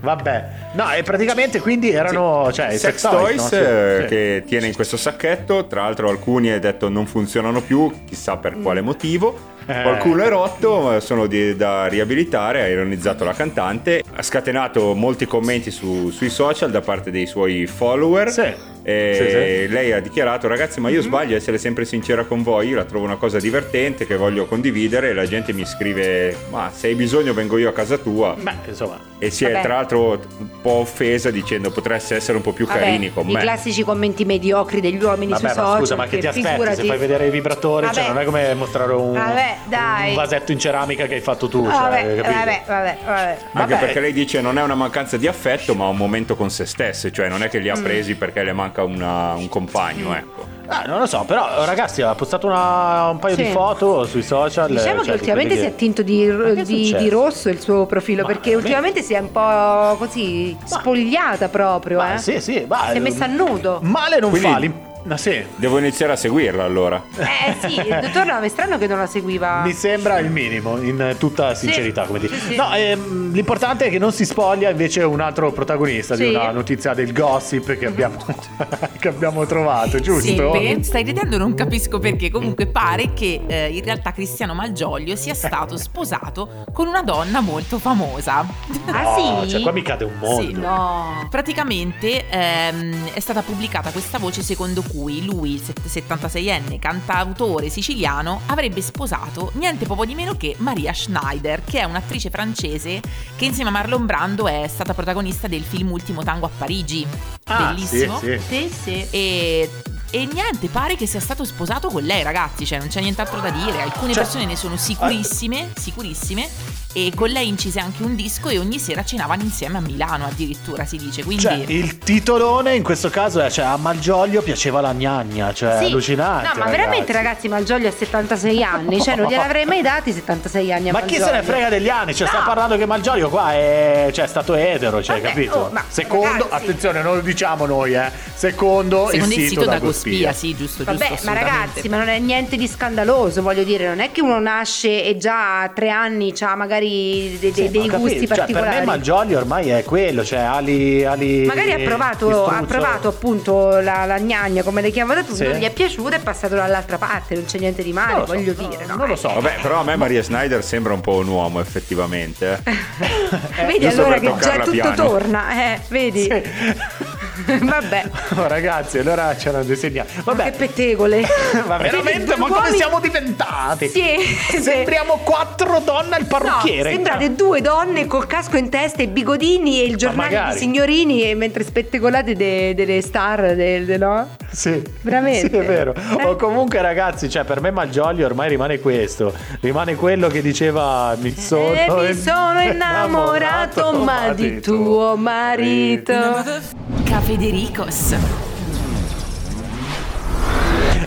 Speaker 2: Vabbè, no, e praticamente quindi erano cioè, i
Speaker 3: Sex
Speaker 2: toys,
Speaker 3: Toys
Speaker 2: no? Sì.
Speaker 3: eh,
Speaker 2: Sì.
Speaker 3: che tiene in questo sacchetto, tra l'altro alcuni è detto non funzionano più, chissà per quale motivo.
Speaker 2: Mm. Eh.
Speaker 3: Qualcuno è rotto, eh, sono di- da riabilitare, ha ironizzato la cantante, ha scatenato molti commenti su- sui social da parte dei suoi follower.
Speaker 2: Sì. Mm-hmm.
Speaker 3: E lei ha dichiarato ragazzi ma io sbaglio a essere sempre sincera con voi io la trovo una cosa divertente che voglio condividere e la gente mi scrive ma se hai bisogno vengo io a casa tua
Speaker 2: Beh, insomma,
Speaker 3: e si è
Speaker 4: Vabbè.
Speaker 3: tra l'altro un po' offesa dicendo potreste essere un po' più
Speaker 4: Vabbè,
Speaker 3: carini con
Speaker 4: i
Speaker 3: me.
Speaker 4: classici commenti mediocri degli uomini
Speaker 2: vabbè,
Speaker 4: sui
Speaker 2: ma
Speaker 4: social.
Speaker 2: scusa, ma che ti aspetti se
Speaker 4: figurati-
Speaker 2: fai vedere i vibratori? Cioè,
Speaker 4: Vabbè.
Speaker 2: non è come mostrare un,
Speaker 4: Vabbè, dai.
Speaker 2: un vasetto in ceramica che hai fatto tu. Cioè,
Speaker 4: Ah, Vabbè,
Speaker 2: capito?
Speaker 4: vabbè, vabbè, vabbè.
Speaker 3: Anche
Speaker 2: Vabbè.
Speaker 3: perché lei dice non è una mancanza di affetto, ma un momento con se stesse, cioè non è che li
Speaker 4: Mm.
Speaker 3: ha presi perché le manca una- un compagno, ecco.
Speaker 2: Ah, non lo so, però ragazzi, ha postato una- un paio
Speaker 4: Sì.
Speaker 2: di foto sui social.
Speaker 4: Diciamo
Speaker 2: cioè,
Speaker 4: che ultimamente
Speaker 2: di
Speaker 4: si è
Speaker 2: quelli
Speaker 4: tinto di,
Speaker 2: che è
Speaker 4: di-
Speaker 2: successo?
Speaker 4: di rosso il suo profilo
Speaker 2: Ma
Speaker 4: perché ultimamente si è un po' così spogliata proprio.
Speaker 2: Ma
Speaker 4: eh.
Speaker 2: sì, sì, va-
Speaker 4: Si è messa a nudo.
Speaker 2: Male non
Speaker 3: Quindi-
Speaker 2: fa. l'im- Ma sì,
Speaker 3: Devo iniziare a seguirla allora.
Speaker 4: Eh sì, il dottor Lamestrano che non la seguiva.
Speaker 2: Mi sembra il minimo, in tutta sincerità, come dire.
Speaker 4: Ah. sì, sì.
Speaker 2: No, ehm, l'importante è che non si spoglia invece un altro protagonista
Speaker 4: Sì. Mhm.
Speaker 2: di una notizia del gossip che abbiamo, che abbiamo trovato,
Speaker 5: Sì,
Speaker 2: giusto?
Speaker 5: beh, stai ridendo, non capisco perché. Comunque pare che eh, in realtà Cristiano Malgioglio sia stato sposato con una donna molto famosa.
Speaker 4: Ah
Speaker 2: No,
Speaker 4: sì?
Speaker 2: cioè qua mi cade un
Speaker 5: Sì,
Speaker 2: mondo.
Speaker 4: No.
Speaker 5: Praticamente ehm, è stata pubblicata questa voce secondo cui lui, il set- 76enne cantautore siciliano, avrebbe sposato niente poco di meno che Maria Schneider, che è un'attrice francese che insieme a Marlon Brando è stata protagonista del film Ultimo Tango a Parigi.
Speaker 2: Ah,
Speaker 5: Bellissimo.
Speaker 2: sì,
Speaker 4: Sì, sì.
Speaker 5: E, e niente, pare che sia stato sposato con lei, ragazzi. Cioè, non c'è nient'altro da dire. Alcune
Speaker 2: Cioè- ah.
Speaker 5: persone ne sono sicurissime, sicurissime. E con lei incise anche un disco e ogni sera cenavano insieme a Milano, addirittura si dice. Quindi.
Speaker 2: Cioè, il titolone in questo caso è cioè, a Malgioglio piaceva la gnagna, cioè
Speaker 4: Sì.
Speaker 2: allucinante.
Speaker 4: No, ma veramente ragazzi, Malgioglio ha 76 anni, cioè non gliel'avrei mai dati 76 anni a
Speaker 2: Ma chi se ne
Speaker 4: Malgioglio.
Speaker 2: frega degli anni? Cioè, sta
Speaker 4: No.
Speaker 2: parlando che Malgioglio qua è, cioè, è stato etero, cioè,
Speaker 4: Vabbè,
Speaker 2: capito?
Speaker 4: oh, ma
Speaker 2: secondo,
Speaker 4: ragazzi.
Speaker 2: attenzione, non lo diciamo noi, eh. Secondo,
Speaker 5: Secondo
Speaker 2: il, sito da Gospia.
Speaker 5: sì, giusto, giusto.
Speaker 4: Vabbè, ma
Speaker 5: assolutamente.
Speaker 4: ragazzi, ma non è niente di scandaloso, voglio dire, non è che uno nasce e già a tre anni ha magari de- de-
Speaker 2: Sì, ma
Speaker 4: dei
Speaker 2: ho capito,
Speaker 4: gusti
Speaker 2: cioè,
Speaker 4: particolari.
Speaker 2: Per me Malgioglio ormai è quello, cioè ali... ali
Speaker 4: Magari ha
Speaker 2: di
Speaker 4: provato,
Speaker 2: struzzo.
Speaker 4: ha provato appunto la, la gnagna, come le chiamate tu,
Speaker 2: Sì.
Speaker 4: non gli è piaciuta, è passato dall'altra parte, non c'è niente di
Speaker 2: Non
Speaker 4: male,
Speaker 2: lo so,
Speaker 4: voglio
Speaker 2: no,
Speaker 4: dire. No,
Speaker 2: Non lo so.
Speaker 3: Vabbè, però a me Maria Snyder sembra un po' un uomo effettivamente. eh.
Speaker 4: Vedi
Speaker 3: giusto per
Speaker 4: allora che già
Speaker 3: toccarla
Speaker 4: tutto
Speaker 3: piano.
Speaker 4: torna, eh, vedi? Vabbè,
Speaker 2: Oh, ragazzi, allora c'erano dei segnali.
Speaker 4: che
Speaker 2: Vabbè,
Speaker 4: pettegole.
Speaker 2: ma veramente,
Speaker 4: Vedi,
Speaker 2: ma
Speaker 4: due
Speaker 2: come
Speaker 4: uomini-
Speaker 2: siamo diventati?
Speaker 4: Sì,
Speaker 2: Sembriamo quattro donne al
Speaker 4: No,
Speaker 2: parrucchiere.
Speaker 4: sembrate due donne col casco in testa, i bigodini e il giornale
Speaker 2: magari.
Speaker 4: di signorini e mentre spettegolate de- delle star, de- de- no?
Speaker 2: Sì,
Speaker 4: Veramente?
Speaker 2: Sì, è vero.
Speaker 4: Eh.
Speaker 2: O comunque, ragazzi, cioè, per me Malgioglio ormai rimane questo. Rimane quello che diceva mi sono,
Speaker 4: e Eh, mi sono innamorato ma di tuo marito.
Speaker 5: Cafedericos.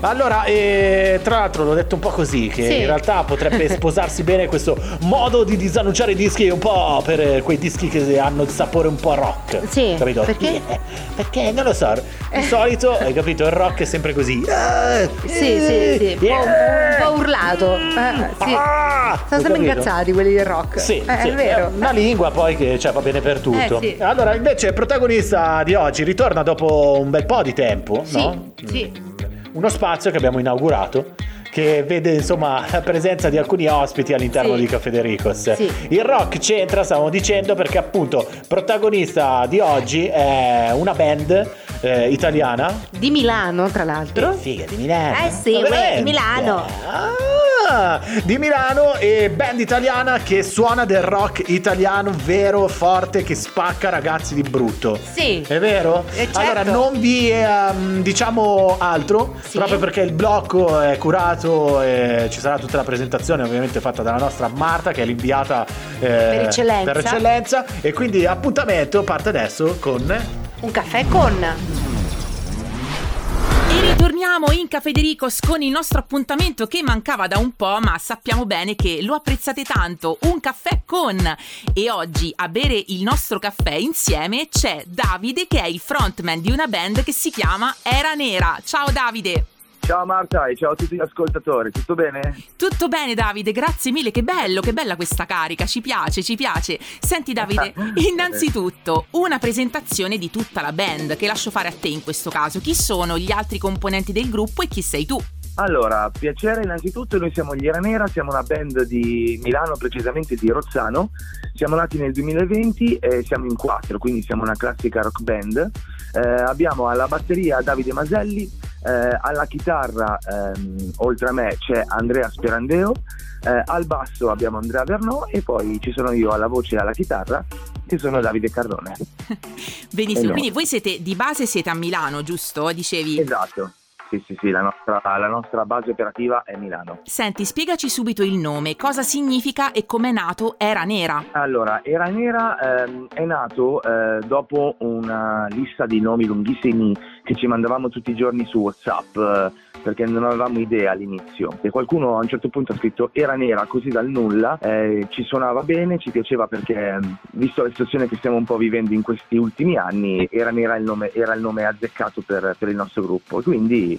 Speaker 2: Allora, eh, tra l'altro l'ho detto un po' così, che
Speaker 4: Sì.
Speaker 2: in realtà potrebbe sposarsi bene questo modo di disannunciare i dischi un po' per eh, quei dischi che hanno il sapore un po' rock.
Speaker 4: Sì,
Speaker 2: capito?
Speaker 4: perché?
Speaker 2: Eh, perché non lo so, di solito, hai capito, il rock è sempre così.
Speaker 4: Sì, sì, sì, un po', un po' urlato. Eh, sì.
Speaker 2: Ah!
Speaker 4: Sono sempre
Speaker 2: Capito?
Speaker 4: incazzati quelli del rock.
Speaker 2: Sì,
Speaker 4: Eh,
Speaker 2: sì,
Speaker 4: è vero.
Speaker 2: una lingua poi che cioè, va bene per tutto.
Speaker 4: Eh, sì.
Speaker 2: Allora, invece, il protagonista di oggi ritorna dopo un bel po' di tempo, Eh, no?
Speaker 4: Sì, sì.
Speaker 2: uno spazio che abbiamo inaugurato che vede insomma la presenza di alcuni ospiti all'interno
Speaker 4: Sì.
Speaker 2: di Cafedericos.
Speaker 4: Sì.
Speaker 2: Il rock c'entra, stavamo dicendo, perché appunto protagonista di oggi è una band eh, italiana.
Speaker 4: Di Milano, tra
Speaker 2: Che
Speaker 4: l'altro.
Speaker 2: figa di Milano.
Speaker 4: Eh sì,
Speaker 2: Ma
Speaker 4: uè, di
Speaker 2: veramente?
Speaker 4: Milano.
Speaker 2: Ah, di Milano e band italiana che suona del rock italiano vero, forte, che spacca ragazzi di brutto.
Speaker 4: Sì.
Speaker 2: È vero?
Speaker 4: Eh, certo.
Speaker 2: Allora non vi ehm, diciamo altro,
Speaker 4: Sì.
Speaker 2: proprio perché il blocco è curato e ci sarà tutta la presentazione ovviamente fatta dalla nostra Marta che è l'inviata eh, per,
Speaker 4: eccellenza.
Speaker 2: eccellenza, e quindi appuntamento parte adesso con
Speaker 4: Un caffè con.
Speaker 5: E ritorniamo in Cafedericos con il nostro appuntamento che mancava da un po', ma sappiamo bene che lo apprezzate tanto. Un caffè con. E oggi a bere il nostro caffè insieme c'è Davide che è il frontman di una band che si chiama Era Nera. Ciao Davide!
Speaker 8: Ciao Marta e ciao a tutti gli ascoltatori, tutto bene?
Speaker 5: Tutto bene Davide, grazie mille, che bello, che bella questa carica, ci piace, ci piace. Senti Davide, innanzitutto una presentazione di tutta la band che lascio fare a te in questo caso. Chi sono gli altri componenti del gruppo e chi sei tu?
Speaker 8: Allora, piacere innanzitutto, noi siamo gli Era Nera, siamo una band di Milano, precisamente di Rozzano, siamo nati nel 2020 e siamo in quattro, quindi siamo una classica rock band. Eh, abbiamo alla batteria Davide Maselli, eh, alla chitarra, ehm, oltre a me, c'è Andrea Sperandeo, eh, al basso abbiamo Andrea Vernò e poi ci sono io alla voce e alla chitarra, che sono Davide Cardone.
Speaker 5: Benissimo,
Speaker 8: Allora.
Speaker 5: quindi voi siete di base siete a Milano, giusto? Dicevi.
Speaker 8: Esatto, sì sì sì, la nostra, la nostra base operativa è Milano.
Speaker 5: Senti, spiegaci subito il nome, cosa significa e com'è nato Era Nera.
Speaker 8: Allora, Era Nera ehm, è nato eh, dopo una lista di nomi lunghissimi che ci mandavamo tutti i giorni su WhatsApp eh, perché non avevamo idea all'inizio. E qualcuno a un certo punto ha scritto Era Nera così dal nulla, eh, ci suonava bene, ci piaceva perché ehm, visto la situazione che stiamo un po' vivendo in questi ultimi anni, Era Nera il nome- era il nome azzeccato per, per il nostro gruppo. Quindi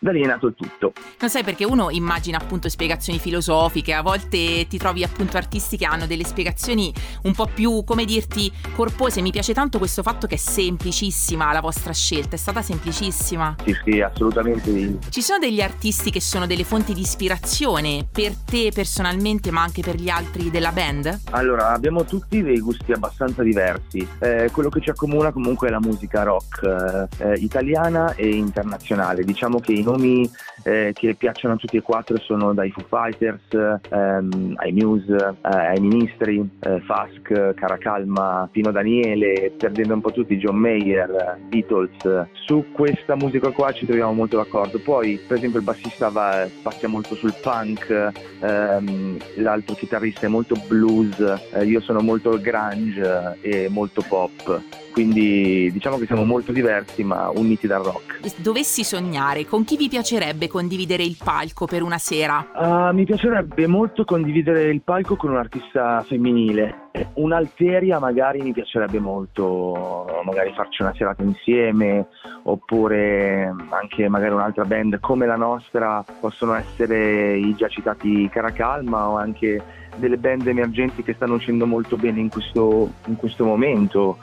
Speaker 8: da lì è nato il tutto.
Speaker 5: Non sai perché uno immagina appunto spiegazioni filosofiche, a volte ti trovi appunto artisti che hanno delle spiegazioni un po' più, come dirti, corpose. Mi piace tanto questo fatto che è semplicissima la vostra scelta, è stata semplicissima.
Speaker 8: Sì, sì, assolutamente il-
Speaker 5: Ci sono degli artisti che sono delle fonti di ispirazione per te personalmente, ma anche per gli altri della band?
Speaker 8: Allora, abbiamo tutti dei gusti abbastanza diversi. Eh, quello che ci accomuna comunque è la musica rock eh, eh, italiana e internazionale. Diciamo che i nomi eh, che piacciono a tutti e quattro sono dai Foo Fighters, ehm, ai Muse, eh, ai Ministri, eh, Fask, Caracalma, Pino Daniele, perdendo un po' tutti John Mayer, eh, Beatles. Su questa musica qua ci troviamo molto d'accordo. Poi, per esempio, il bassista va, spazia molto sul punk, ehm, l'altro chitarrista è molto blues, eh, io sono molto grunge eh, e molto pop, quindi diciamo che siamo molto diversi ma uniti dal rock.
Speaker 5: Dovessi sognare, con chi vi piacerebbe condividere il palco per una sera?
Speaker 8: Ah, mi piacerebbe molto condividere il palco con un artista femminile. Un'alteria magari mi piacerebbe molto, magari farci una serata insieme, oppure anche magari un'altra band come la nostra, possono essere i già citati Caracalma o anche delle band emergenti che stanno uscendo molto bene in questo, in questo momento.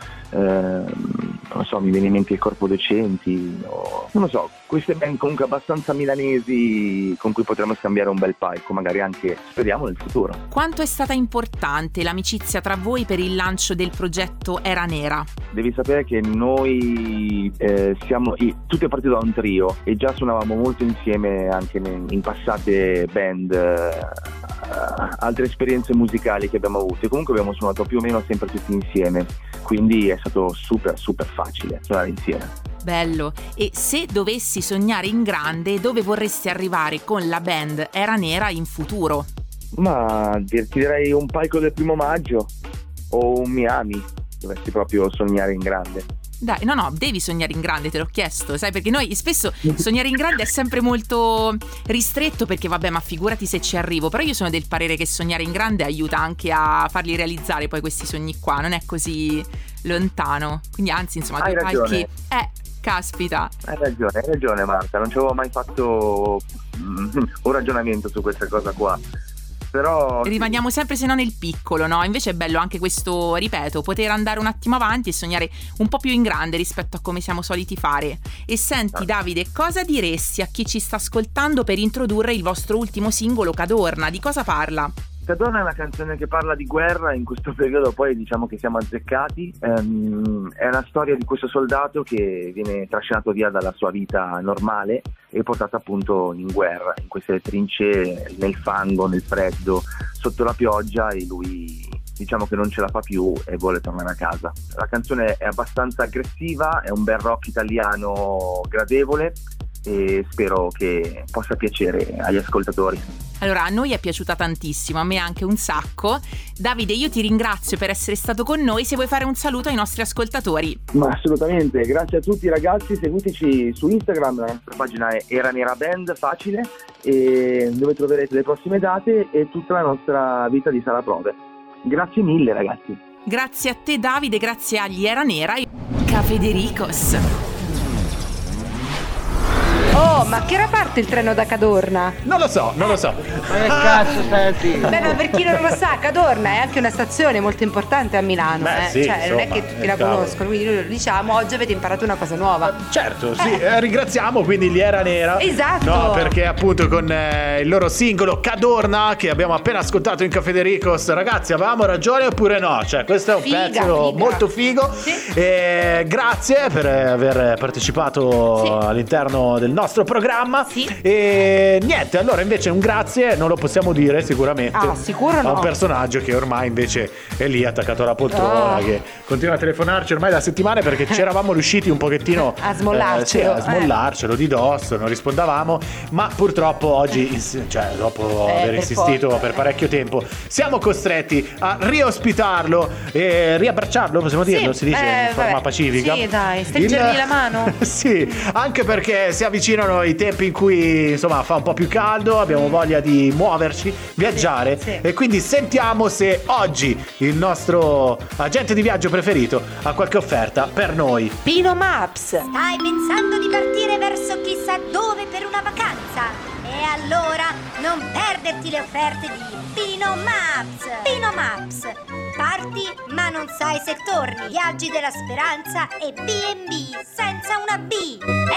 Speaker 8: Ehm, non so, mi viene in mente il Corpo Docenti, o- non lo so, queste band comunque abbastanza milanesi con cui potremmo scambiare un bel palco, magari anche, speriamo, nel futuro.
Speaker 5: Quanto è stata importante l'amicizia tra voi per il lancio del progetto Era Nera?
Speaker 8: Devi sapere che noi eh, siamo i- tutto è partito da un trio e già suonavamo molto insieme anche ne- in passate band, eh, altre esperienze musicali che abbiamo avuto e comunque abbiamo suonato più o meno sempre tutti insieme, quindi è stato super super facile suonare insieme.
Speaker 5: Bello. E se dovessi sognare in grande, dove vorresti arrivare con la band Era Nera in futuro?
Speaker 8: Ma dir- ti direi un palco del primo maggio o un Miami, dovresti proprio sognare in grande.
Speaker 5: Dai, no, no, devi sognare in grande, te l'ho chiesto, sai, perché noi spesso sognare in grande è sempre molto ristretto perché vabbè, ma figurati se ci arrivo, però io sono del parere che sognare in grande aiuta anche a farli realizzare poi questi sogni qua, non è così lontano. Quindi anzi, insomma,
Speaker 8: Hai
Speaker 5: due palchi
Speaker 8: ragione.
Speaker 5: eh caspita.
Speaker 8: Hai ragione, hai ragione Marta, non ci avevo mai fatto mm, un ragionamento su questa cosa qua. Però sì,
Speaker 5: Rimaniamo sempre se no nel piccolo, no? Invece è bello anche questo, ripeto, poter andare un attimo avanti e sognare un po' più in grande rispetto a come siamo soliti fare. E senti Davide, cosa diresti a chi ci sta ascoltando per introdurre il vostro ultimo singolo Cadorna? Di cosa parla?
Speaker 8: Cadorna è una canzone che parla di guerra, in questo periodo poi diciamo che siamo azzeccati. Ehm, è una storia di questo soldato che viene trascinato via dalla sua vita normale e portato appunto in guerra, in queste trincee, nel fango, nel freddo, sotto la pioggia e lui diciamo che non ce la fa più e vuole tornare a casa. La canzone è abbastanza aggressiva, è un bel rock italiano gradevole e spero che possa piacere agli ascoltatori.
Speaker 5: Allora, a noi è piaciuta tantissimo, a me anche un sacco. Davide, io ti ringrazio per essere stato con noi. Se vuoi fare un saluto ai nostri ascoltatori.
Speaker 8: Ma assolutamente, grazie a tutti ragazzi, seguiteci su Instagram, la nostra pagina è Era Nera Band, facile, e dove troverete le prossime date e tutta la nostra vita di sala prove. Grazie mille ragazzi.
Speaker 5: Grazie a te Davide, grazie agli Era Nera e Cafedericos.
Speaker 4: Oh, ma che era parte il treno da Cadorna?
Speaker 2: Non lo so, non lo so.
Speaker 9: Ma che cazzo stai a dire?
Speaker 4: Beh, ma per chi non lo sa, Cadorna è anche una stazione molto importante a Milano.
Speaker 2: Beh,
Speaker 4: eh.
Speaker 2: sì,
Speaker 4: cioè, non è
Speaker 2: insomma,
Speaker 4: che tutti
Speaker 2: eh,
Speaker 4: la
Speaker 2: cavolo.
Speaker 4: conoscono, quindi noi lo diciamo, oggi avete imparato una cosa nuova.
Speaker 2: Certo, sì, eh, ringraziamo quindi Liera Nera.
Speaker 4: Esatto.
Speaker 2: No, perché appunto con eh, il loro singolo Cadorna che abbiamo appena ascoltato in Caffè De Ricos, ragazzi, avevamo ragione oppure no? Cioè, questo è un
Speaker 4: Figa,
Speaker 2: pezzo
Speaker 4: figa.
Speaker 2: molto figo. E grazie per eh, aver partecipato
Speaker 4: Sì.
Speaker 2: all'interno del nostro programma.
Speaker 4: Sì.
Speaker 2: E niente, allora invece un grazie non lo possiamo dire sicuramente.
Speaker 4: Ah, sicuro
Speaker 2: A
Speaker 4: no.
Speaker 2: un personaggio che ormai invece è lì attaccato alla poltrona,
Speaker 4: Ah.
Speaker 2: che continua a telefonarci ormai da settimane perché ci eravamo riusciti un pochettino
Speaker 4: A smollarcelo,
Speaker 2: eh, sì, a
Speaker 4: eh.
Speaker 2: smollarcelo di dosso, non rispondavamo, ma purtroppo oggi, ins- cioè dopo
Speaker 4: Eh,
Speaker 2: aver
Speaker 4: per
Speaker 2: insistito
Speaker 4: forza.
Speaker 2: per parecchio tempo, siamo costretti a riospitarlo e riabbracciarlo, possiamo
Speaker 4: Sì,
Speaker 2: dirlo, si dice
Speaker 4: eh,
Speaker 2: in forma
Speaker 4: vabbè.
Speaker 2: pacifica.
Speaker 4: Sì, dai, stringergli
Speaker 2: Il-
Speaker 4: la mano.
Speaker 2: sì, anche perché si avvicinano i tempi in cui insomma fa un po' più caldo, abbiamo voglia di muoverci, viaggiare
Speaker 4: Mm. sì.
Speaker 2: e quindi sentiamo se oggi il nostro agente di viaggio preferito ha qualche offerta per noi.
Speaker 4: Pino Maps.
Speaker 10: Stai pensando di partire verso chissà dove per una vacanza? E allora non perderti le offerte di Pino Maps! Pino Maps! Parti ma non sai se torni. Viaggi della speranza e B&B senza una B.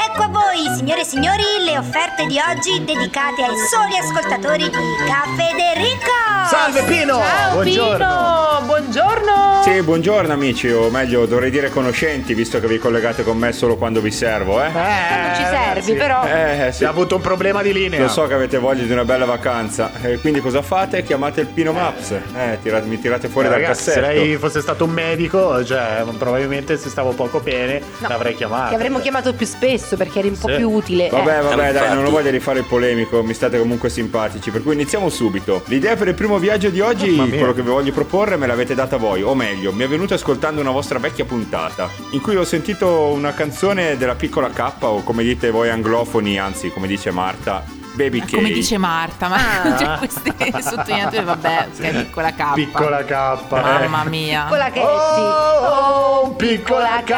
Speaker 10: Ecco a voi, signore e signori, le offerte di oggi dedicate ai soli ascoltatori di Caffè De Rico!
Speaker 2: Salve Pino!
Speaker 4: Ciao
Speaker 2: Buongiorno!
Speaker 4: Pino, buongiorno.
Speaker 3: Sì, buongiorno amici, o meglio dovrei dire conoscenti, visto che vi collegate con me solo quando vi servo, eh?
Speaker 4: Quando ci servi,
Speaker 2: ragazzi,
Speaker 4: però.
Speaker 3: Eh, sì.
Speaker 2: Si è avuto un problema di linea.
Speaker 3: Lo so che avete voglia di una bella vacanza, eh, quindi cosa fate? Chiamate il Pino Maps, eh, tira- mi tirate fuori dal
Speaker 2: Ragazzi, se
Speaker 3: cassetto.
Speaker 2: lei fosse stato un medico, cioè, probabilmente se stavo poco bene, l'avrei chiamato.
Speaker 4: Ti avremmo chiamato più spesso perché eri un po'
Speaker 2: Sì.
Speaker 4: più utile. eh.
Speaker 3: Vabbè, vabbè,
Speaker 7: infatti.
Speaker 3: dai, non ho voglia di fare il polemico, mi state comunque simpatici, per cui iniziamo subito. L'idea per il primo viaggio di oggi,
Speaker 2: Mamma mia.
Speaker 3: quello che vi voglio proporre, me l'avete data voi, o meglio, mi è venuta ascoltando una vostra vecchia puntata, in cui ho sentito una canzone della piccola K, o come dite voi anglofoni, anzi, come dice Marta, Baby K.
Speaker 5: Ah, Come dice Marta, ma
Speaker 2: Ah.
Speaker 5: cioè, queste sottolineature, vabbè, che è piccola K.
Speaker 2: Piccola eh. K.
Speaker 5: Mamma mia.
Speaker 4: Piccola Chetti.
Speaker 2: Oh, oh, piccola
Speaker 4: K.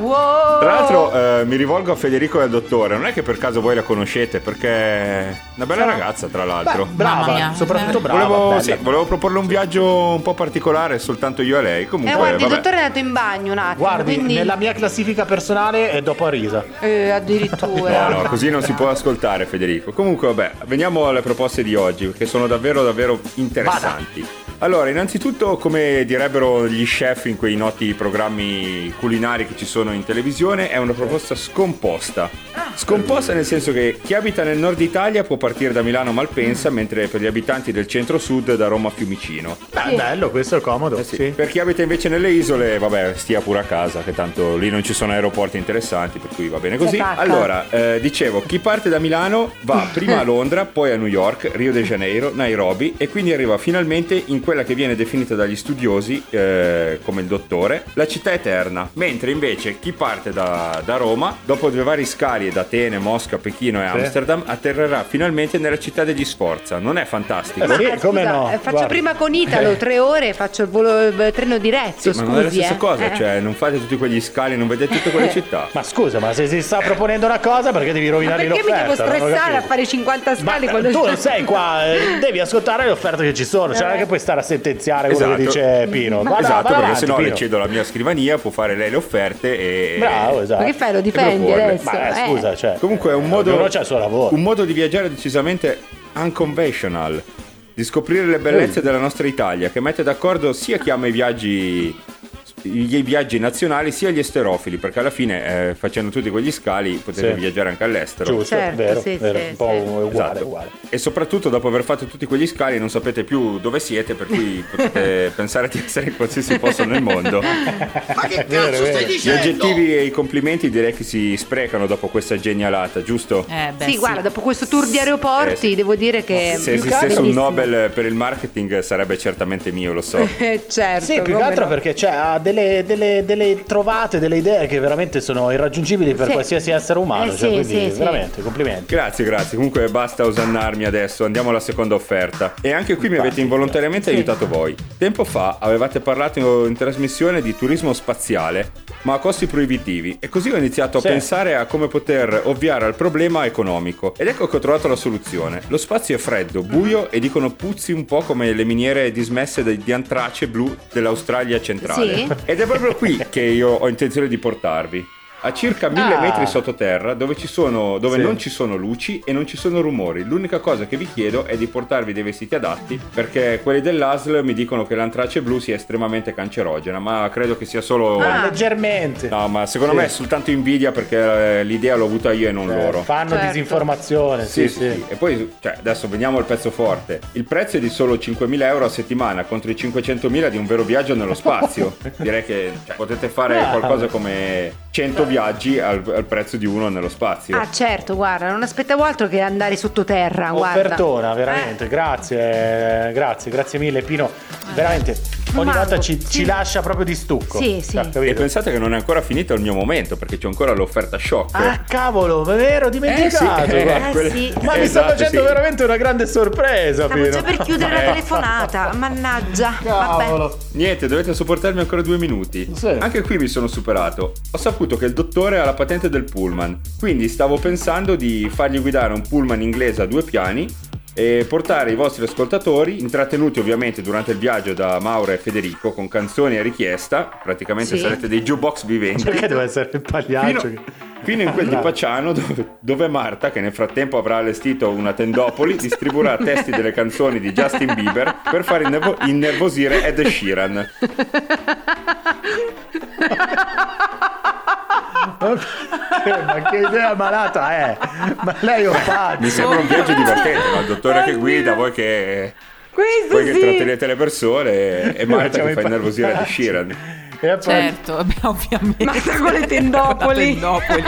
Speaker 4: Wow.
Speaker 3: Tra l'altro eh, mi rivolgo a Federico e al dottore, non è che per caso voi la conoscete perché è una bella ragazza tra l'altro.
Speaker 5: Mamma mia.
Speaker 2: Brava, soprattutto brava.
Speaker 3: volevo,
Speaker 2: bella.
Speaker 3: sì, volevo proporle un viaggio un po' particolare soltanto io e lei, comunque
Speaker 4: Eh, guardi, il
Speaker 3: vabbè.
Speaker 4: dottore è andato in bagno un attimo.
Speaker 2: Guardi,
Speaker 4: quindi...
Speaker 2: nella mia classifica personale è dopo a risa.
Speaker 4: Eh, addirittura.
Speaker 3: No, no, così non si può ascoltare Federico. Comunque, vabbè, veniamo alle proposte di oggi, che sono davvero, davvero interessanti. Allora, innanzitutto, come direbbero gli chef in quei noti programmi culinari che ci sono in televisione, è una proposta scomposta. Scomposta nel senso che chi abita nel nord Italia può partire da Milano a Malpensa, mentre per gli abitanti del centro-sud da Roma a Fiumicino.
Speaker 2: Beh, bello, questo è comodo.
Speaker 3: Eh Sì.
Speaker 2: sì.
Speaker 3: Per chi abita invece nelle isole, vabbè, stia pure a casa, che tanto lì non ci sono aeroporti interessanti, per cui va bene così.
Speaker 4: attacca.
Speaker 3: Allora, eh, dicevo, chi parte da Milano va prima a Londra, poi a New York, Rio de Janeiro, Nairobi e quindi arriva finalmente in quella che viene definita dagli studiosi, eh, come il dottore, la città eterna. Mentre invece chi parte da, da Roma, dopo due vari scali ad Atene, Mosca, Pechino e
Speaker 2: Sì.
Speaker 3: Amsterdam, atterrerà finalmente nella città degli Sforza. Non è fantastico?
Speaker 2: Eh, sì,
Speaker 4: Ah,
Speaker 2: come
Speaker 4: scusa,
Speaker 2: no? Eh.
Speaker 4: eh, Faccio
Speaker 2: Guardi.
Speaker 4: prima con Italo tre ore e faccio il, volo, il treno diretto.
Speaker 3: Sì, ma non è la
Speaker 4: scusi,
Speaker 3: stessa
Speaker 4: eh.
Speaker 3: cosa,
Speaker 4: Eh.
Speaker 3: cioè non fate tutti quegli scali, non vedete tutte
Speaker 2: Eh.
Speaker 3: quelle città.
Speaker 2: Ma scusa, ma se si sta
Speaker 3: Eh.
Speaker 2: proponendo una cosa perché devi
Speaker 4: Ma
Speaker 2: rovinare
Speaker 4: perché mi
Speaker 2: l'offerta?
Speaker 4: devo
Speaker 2: Non ho
Speaker 4: stressare a
Speaker 2: capito.
Speaker 4: fare 50
Speaker 2: Ma
Speaker 4: scale quando
Speaker 2: tu non sei qua, eh, devi ascoltare le offerte che ci sono, cioè non è che puoi stare a sentenziare quello che
Speaker 3: Esatto.
Speaker 2: dice Pino. Vada-
Speaker 3: esatto,
Speaker 2: vada
Speaker 3: perché
Speaker 2: avanti,
Speaker 3: sennò le
Speaker 2: Pino.
Speaker 3: cedo la mia scrivania, può fare lei le offerte e...
Speaker 2: Bravo, esatto.
Speaker 4: Ma che fai? Lo difendi
Speaker 3: proporre?
Speaker 4: adesso?
Speaker 2: Ma eh,
Speaker 4: Eh.
Speaker 2: scusa, cioè,
Speaker 3: Comunque è un
Speaker 2: eh,
Speaker 3: modo,
Speaker 2: ognuno c'ha il suo lavoro.
Speaker 3: un modo di viaggiare decisamente unconventional, di scoprire le bellezze
Speaker 2: Mm.
Speaker 3: della nostra Italia, che mette d'accordo sia chi ama i viaggi, i viaggi nazionali, sia gli esterofili, perché alla fine eh, facendo tutti quegli scali potete
Speaker 2: Sì.
Speaker 3: viaggiare anche all'estero.
Speaker 2: Giusto,
Speaker 4: Certo,
Speaker 2: vero,
Speaker 4: sì,
Speaker 2: vero,
Speaker 4: sì,
Speaker 2: un po'
Speaker 4: sì.
Speaker 2: uguale,
Speaker 3: Esatto.
Speaker 2: uguale.
Speaker 3: E soprattutto dopo aver fatto tutti quegli scali non sapete più dove siete, per cui potete pensare di essere in qualsiasi posto nel mondo.
Speaker 4: Certo.
Speaker 7: Ma che
Speaker 2: Vero,
Speaker 7: cazzo stai
Speaker 2: vero.
Speaker 3: Gli
Speaker 7: dicendo?
Speaker 3: aggettivi e i complimenti direi che si sprecano dopo questa genialata, giusto?
Speaker 5: Eh, beh,
Speaker 4: sì, guarda, dopo questo tour di aeroporti
Speaker 3: Eh, sì.
Speaker 4: devo dire che...
Speaker 3: Se
Speaker 4: più che
Speaker 3: esistesse un
Speaker 4: bellissimo.
Speaker 3: Nobel per il marketing sarebbe certamente mio, lo so.
Speaker 4: Eh, certo.
Speaker 2: Sì, più che
Speaker 4: come
Speaker 2: altro
Speaker 4: no.
Speaker 2: perché cioè, ha delle, delle- delle trovate, delle idee che veramente sono irraggiungibili per
Speaker 4: Sì.
Speaker 2: qualsiasi essere umano.
Speaker 4: Eh,
Speaker 2: cioè,
Speaker 4: sì,
Speaker 2: quindi,
Speaker 4: sì, sì.
Speaker 2: veramente, complimenti.
Speaker 3: Grazie, grazie. Comunque basta osannarmi adesso, andiamo alla seconda offerta. E anche qui mi avete
Speaker 2: Infatti,
Speaker 3: involontariamente aiutato voi. Tempo fa avevate parlato in, in trasmissione di turismo spaziale ma a costi proibitivi. E così ho iniziato
Speaker 2: Sì.
Speaker 3: a pensare a come poter ovviare al problema economico. Ed ecco che ho trovato la soluzione. Lo spazio è freddo, buio e dicono puzzi un po' come le miniere dismesse di di antrace blu dell'Australia centrale.
Speaker 4: Sì.
Speaker 3: Ed è proprio qui che io ho intenzione di portarvi. A circa mille
Speaker 2: Ah.
Speaker 3: metri sottoterra, dove, ci sono, dove
Speaker 2: Sì.
Speaker 3: non ci sono luci e non ci sono rumori. L'unica cosa che vi chiedo è di portarvi dei vestiti adatti, perché quelli dell'ASL mi dicono che l'antrace blu sia estremamente cancerogena, ma credo che sia solo...
Speaker 2: Leggermente.
Speaker 3: Ah. No, ma secondo
Speaker 2: Ah. Sì.
Speaker 3: me è soltanto invidia perché eh, l'idea l'ho avuta io e non
Speaker 2: Cioè,
Speaker 3: loro.
Speaker 2: Fanno
Speaker 4: Certo.
Speaker 2: disinformazione, sì, sì.
Speaker 3: E poi, cioè, adesso veniamo al pezzo forte. Il prezzo è di solo 5.000 euro a settimana contro i 500.000 di un vero viaggio nello spazio. Direi che cioè, potete fare
Speaker 2: Ah.
Speaker 3: qualcosa come 100 viaggi al, al prezzo di uno nello spazio.
Speaker 4: Ah certo, guarda, non aspettavo altro che andare sottoterra,
Speaker 3: Ah,
Speaker 4: guarda. Eh.
Speaker 2: Offertona, Oh, veramente, grazie, grazie, grazie mille Pino, veramente ogni
Speaker 4: Mango,
Speaker 2: volta ci,
Speaker 4: sì.
Speaker 2: ci lascia proprio di stucco. Cioè,
Speaker 4: Sì, sì.
Speaker 2: Capito?
Speaker 3: e pensate che non è ancora finito il mio momento perché c'è ancora l'offerta shock.
Speaker 2: Ah cavolo, è vero, dimenticato.
Speaker 3: Eh,
Speaker 2: guarda.
Speaker 3: quella-
Speaker 4: sì.
Speaker 2: Ma mi sta
Speaker 3: Esatto,
Speaker 2: facendo
Speaker 3: sì.
Speaker 2: veramente una grande sorpresa
Speaker 4: Stavo
Speaker 2: Pino.
Speaker 4: già per chiudere la
Speaker 3: Eh.
Speaker 4: telefonata, mannaggia. Vabbè.
Speaker 2: Cavolo.
Speaker 3: Niente, dovete sopportarmi ancora due minuti.
Speaker 2: Sì.
Speaker 3: Anche qui mi sono superato. Ho saputo che il dottore ha la patente del pullman, quindi stavo pensando di fargli guidare un pullman inglese a due piani e portare i vostri ascoltatori, intrattenuti ovviamente durante il viaggio da Maura e Federico, con canzoni a richiesta, praticamente
Speaker 4: Sì.
Speaker 3: sarete dei jukebox viventi.
Speaker 2: Perché deve essere il
Speaker 3: Fino,
Speaker 2: pagliaccio?
Speaker 3: fino in quel di
Speaker 2: Bravo.
Speaker 3: Pacciano dove, dove Marta, che nel frattempo avrà allestito una tendopoli, distribuirà testi delle canzoni di Justin Bieber per far innervo- innervosire Ed Sheeran.
Speaker 2: ma che idea malata è? Ma lei lo fa.
Speaker 3: Mi sembra un viaggio divertente, ma il dottore che guida, voi che,
Speaker 4: Questo
Speaker 3: voi che
Speaker 4: sì.
Speaker 3: trattenete le persone e- e Marta
Speaker 2: Facciamo
Speaker 3: che fa
Speaker 2: i
Speaker 3: innervosire Ed
Speaker 2: pagliacci.
Speaker 3: Sheeran.
Speaker 2: E poi
Speaker 5: Certo, beh, ovviamente.
Speaker 4: Marta con le tendopoli.
Speaker 5: La tendopoli,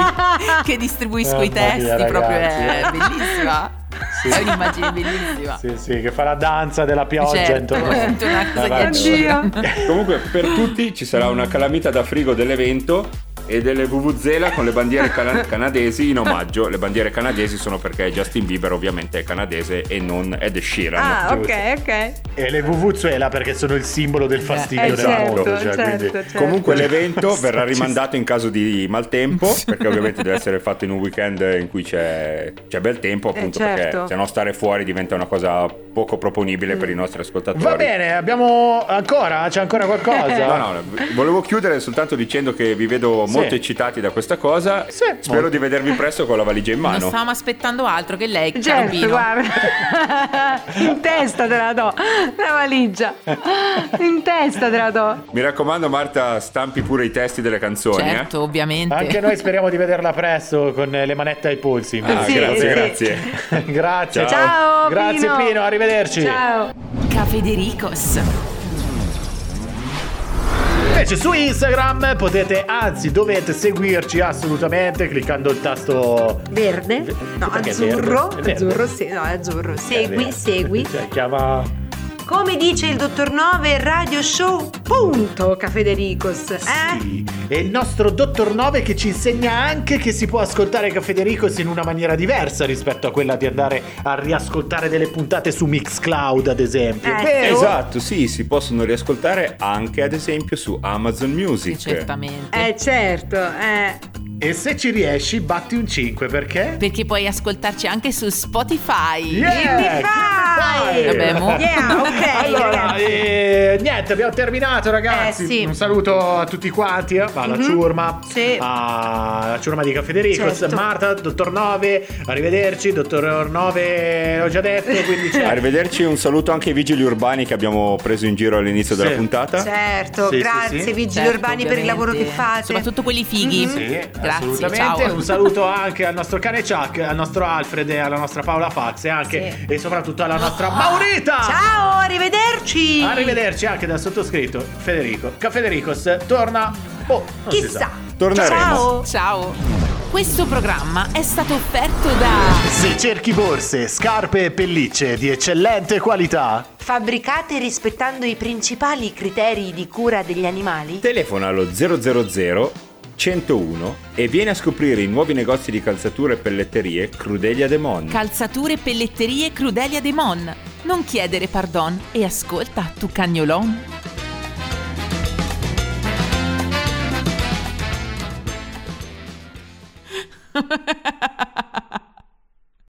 Speaker 5: che distribuisco i
Speaker 2: Mamma mia,
Speaker 5: testi, proprio è
Speaker 2: ragazzi. eh.
Speaker 5: bellissima.
Speaker 2: Sì.
Speaker 5: È un'immagine bellissima.
Speaker 2: Sì, sì, che fa la danza della pioggia
Speaker 5: certo,
Speaker 2: intorno.
Speaker 5: è una cosa che
Speaker 2: Davanti.
Speaker 5: gira.
Speaker 3: Comunque per tutti ci sarà una calamita da frigo dell'evento e delle vuvuzela con le bandiere cana- canadesi in omaggio. Le bandiere canadesi sono perché Justin Bieber ovviamente è canadese e non Ed Sheeran.
Speaker 4: Ah, ok, ok.
Speaker 2: E le Vuvuzuela perché sono il simbolo del fastidio
Speaker 4: Eh,
Speaker 2: del
Speaker 4: certo,
Speaker 2: mondo. Cioè,
Speaker 4: certo,
Speaker 2: quindi-
Speaker 4: certo.
Speaker 3: Comunque l'evento
Speaker 2: Sta-
Speaker 3: verrà
Speaker 2: ci-
Speaker 3: rimandato in caso di maltempo, perché ovviamente deve essere fatto in un weekend in cui c'è, c'è bel tempo, appunto,
Speaker 4: certo.
Speaker 3: perché se no stare fuori diventa una cosa poco proponibile per i nostri ascoltatori.
Speaker 2: Va bene, abbiamo ancora? C'è ancora qualcosa?
Speaker 3: No, no, no, volevo chiudere soltanto dicendo che vi vedo
Speaker 2: Eh. Sì.
Speaker 3: molto eccitati da questa cosa.
Speaker 2: Sì.
Speaker 3: Spero di vedervi presto con la valigia in
Speaker 5: Non
Speaker 3: mano.
Speaker 5: stavamo aspettando altro che lei, caro
Speaker 4: Certo,
Speaker 5: Pino.
Speaker 4: guarda. In testa te la do. La valigia. In testa te la do.
Speaker 3: Mi raccomando, Marta, stampi pure i testi delle canzoni. eh.
Speaker 5: Certo, ovviamente.
Speaker 2: Anche noi speriamo di vederla presto con le manette ai polsi.
Speaker 3: Ah,
Speaker 4: Sì,
Speaker 3: grazie,
Speaker 4: sì.
Speaker 3: grazie.
Speaker 2: grazie.
Speaker 4: Ciao,
Speaker 2: Grazie Pino, arrivederci.
Speaker 4: Ciao.
Speaker 5: Cafedericos.
Speaker 2: Invece su Instagram potete, anzi dovete seguirci assolutamente cliccando il tasto
Speaker 4: Verde?
Speaker 2: Ve-
Speaker 4: No,
Speaker 2: perché è
Speaker 4: azzurro.
Speaker 2: verde? È verde.
Speaker 4: Azzurro, sì, no, è azzurro. Segui,
Speaker 2: Verde.
Speaker 4: segui.
Speaker 2: Cioè, chiama
Speaker 4: Come dice il dottor Nove, radio show punto Cafedericos. Eh?
Speaker 2: Sì. E il nostro Dottor 9 che ci insegna anche che si può ascoltare Cafedericos in una maniera diversa rispetto a quella di andare a riascoltare delle puntate su Mixcloud, ad esempio.
Speaker 4: Eh,
Speaker 2: Vero?
Speaker 3: Esatto, sì, si possono riascoltare anche ad esempio su Amazon
Speaker 5: Sì,
Speaker 3: Music.
Speaker 5: certamente.
Speaker 4: Eh certo, eh.
Speaker 2: E se ci riesci, batti un 5 perché?
Speaker 5: Perché puoi ascoltarci anche su Spotify.
Speaker 4: che fai?
Speaker 2: che fai?
Speaker 5: Vabbè, mo-
Speaker 4: Yeah, ok.
Speaker 2: Allora,
Speaker 4: ragazzi.
Speaker 2: eh, niente, abbiamo terminato, ragazzi.
Speaker 4: Eh, sì.
Speaker 2: Un saluto a tutti quanti, eh, alla
Speaker 4: Mhm.
Speaker 2: ciurma,
Speaker 4: Sì.
Speaker 2: alla ciurma di Cafederico,
Speaker 4: Certo.
Speaker 2: Marta, dottor 9, arrivederci, dottor 9, l'ho già detto, quindi c'è.
Speaker 3: Arrivederci, un saluto anche ai vigili urbani che abbiamo preso in giro all'inizio
Speaker 2: Sì.
Speaker 3: della puntata.
Speaker 4: Certo,
Speaker 2: Sì, sì,
Speaker 4: grazie
Speaker 2: sì.
Speaker 4: vigili
Speaker 5: Certo,
Speaker 4: urbani per il
Speaker 5: ovviamente.
Speaker 4: lavoro che fate. Mhm.
Speaker 5: Soprattutto quelli fighi.
Speaker 2: Sì,
Speaker 5: Grazie,
Speaker 2: assolutamente.
Speaker 5: ciao.
Speaker 2: Un saluto anche al nostro cane Chuck, al nostro Alfred e alla nostra Paola Fax e anche
Speaker 4: Sì.
Speaker 2: e soprattutto alla nostra Maurita.
Speaker 4: Ciao, arrivederci.
Speaker 2: Arrivederci anche dal sottoscritto Federico. Che Federicos torna boh, non si
Speaker 4: Chissà.
Speaker 2: sa.
Speaker 3: Torneremo.
Speaker 4: Ciao.
Speaker 5: Ciao. Questo programma è stato offerto da
Speaker 2: Se cerchi borse, scarpe e pellicce di eccellente qualità,
Speaker 4: Fabbricate rispettando i principali criteri di cura degli animali?
Speaker 3: Telefona allo 000 101 e vieni a scoprire i nuovi negozi di calzature e pelletterie Crudelia De Mon.
Speaker 5: Calzature e Pelletterie Crudelia De Mon. Non chiedere pardon e ascolta tu cagnolon.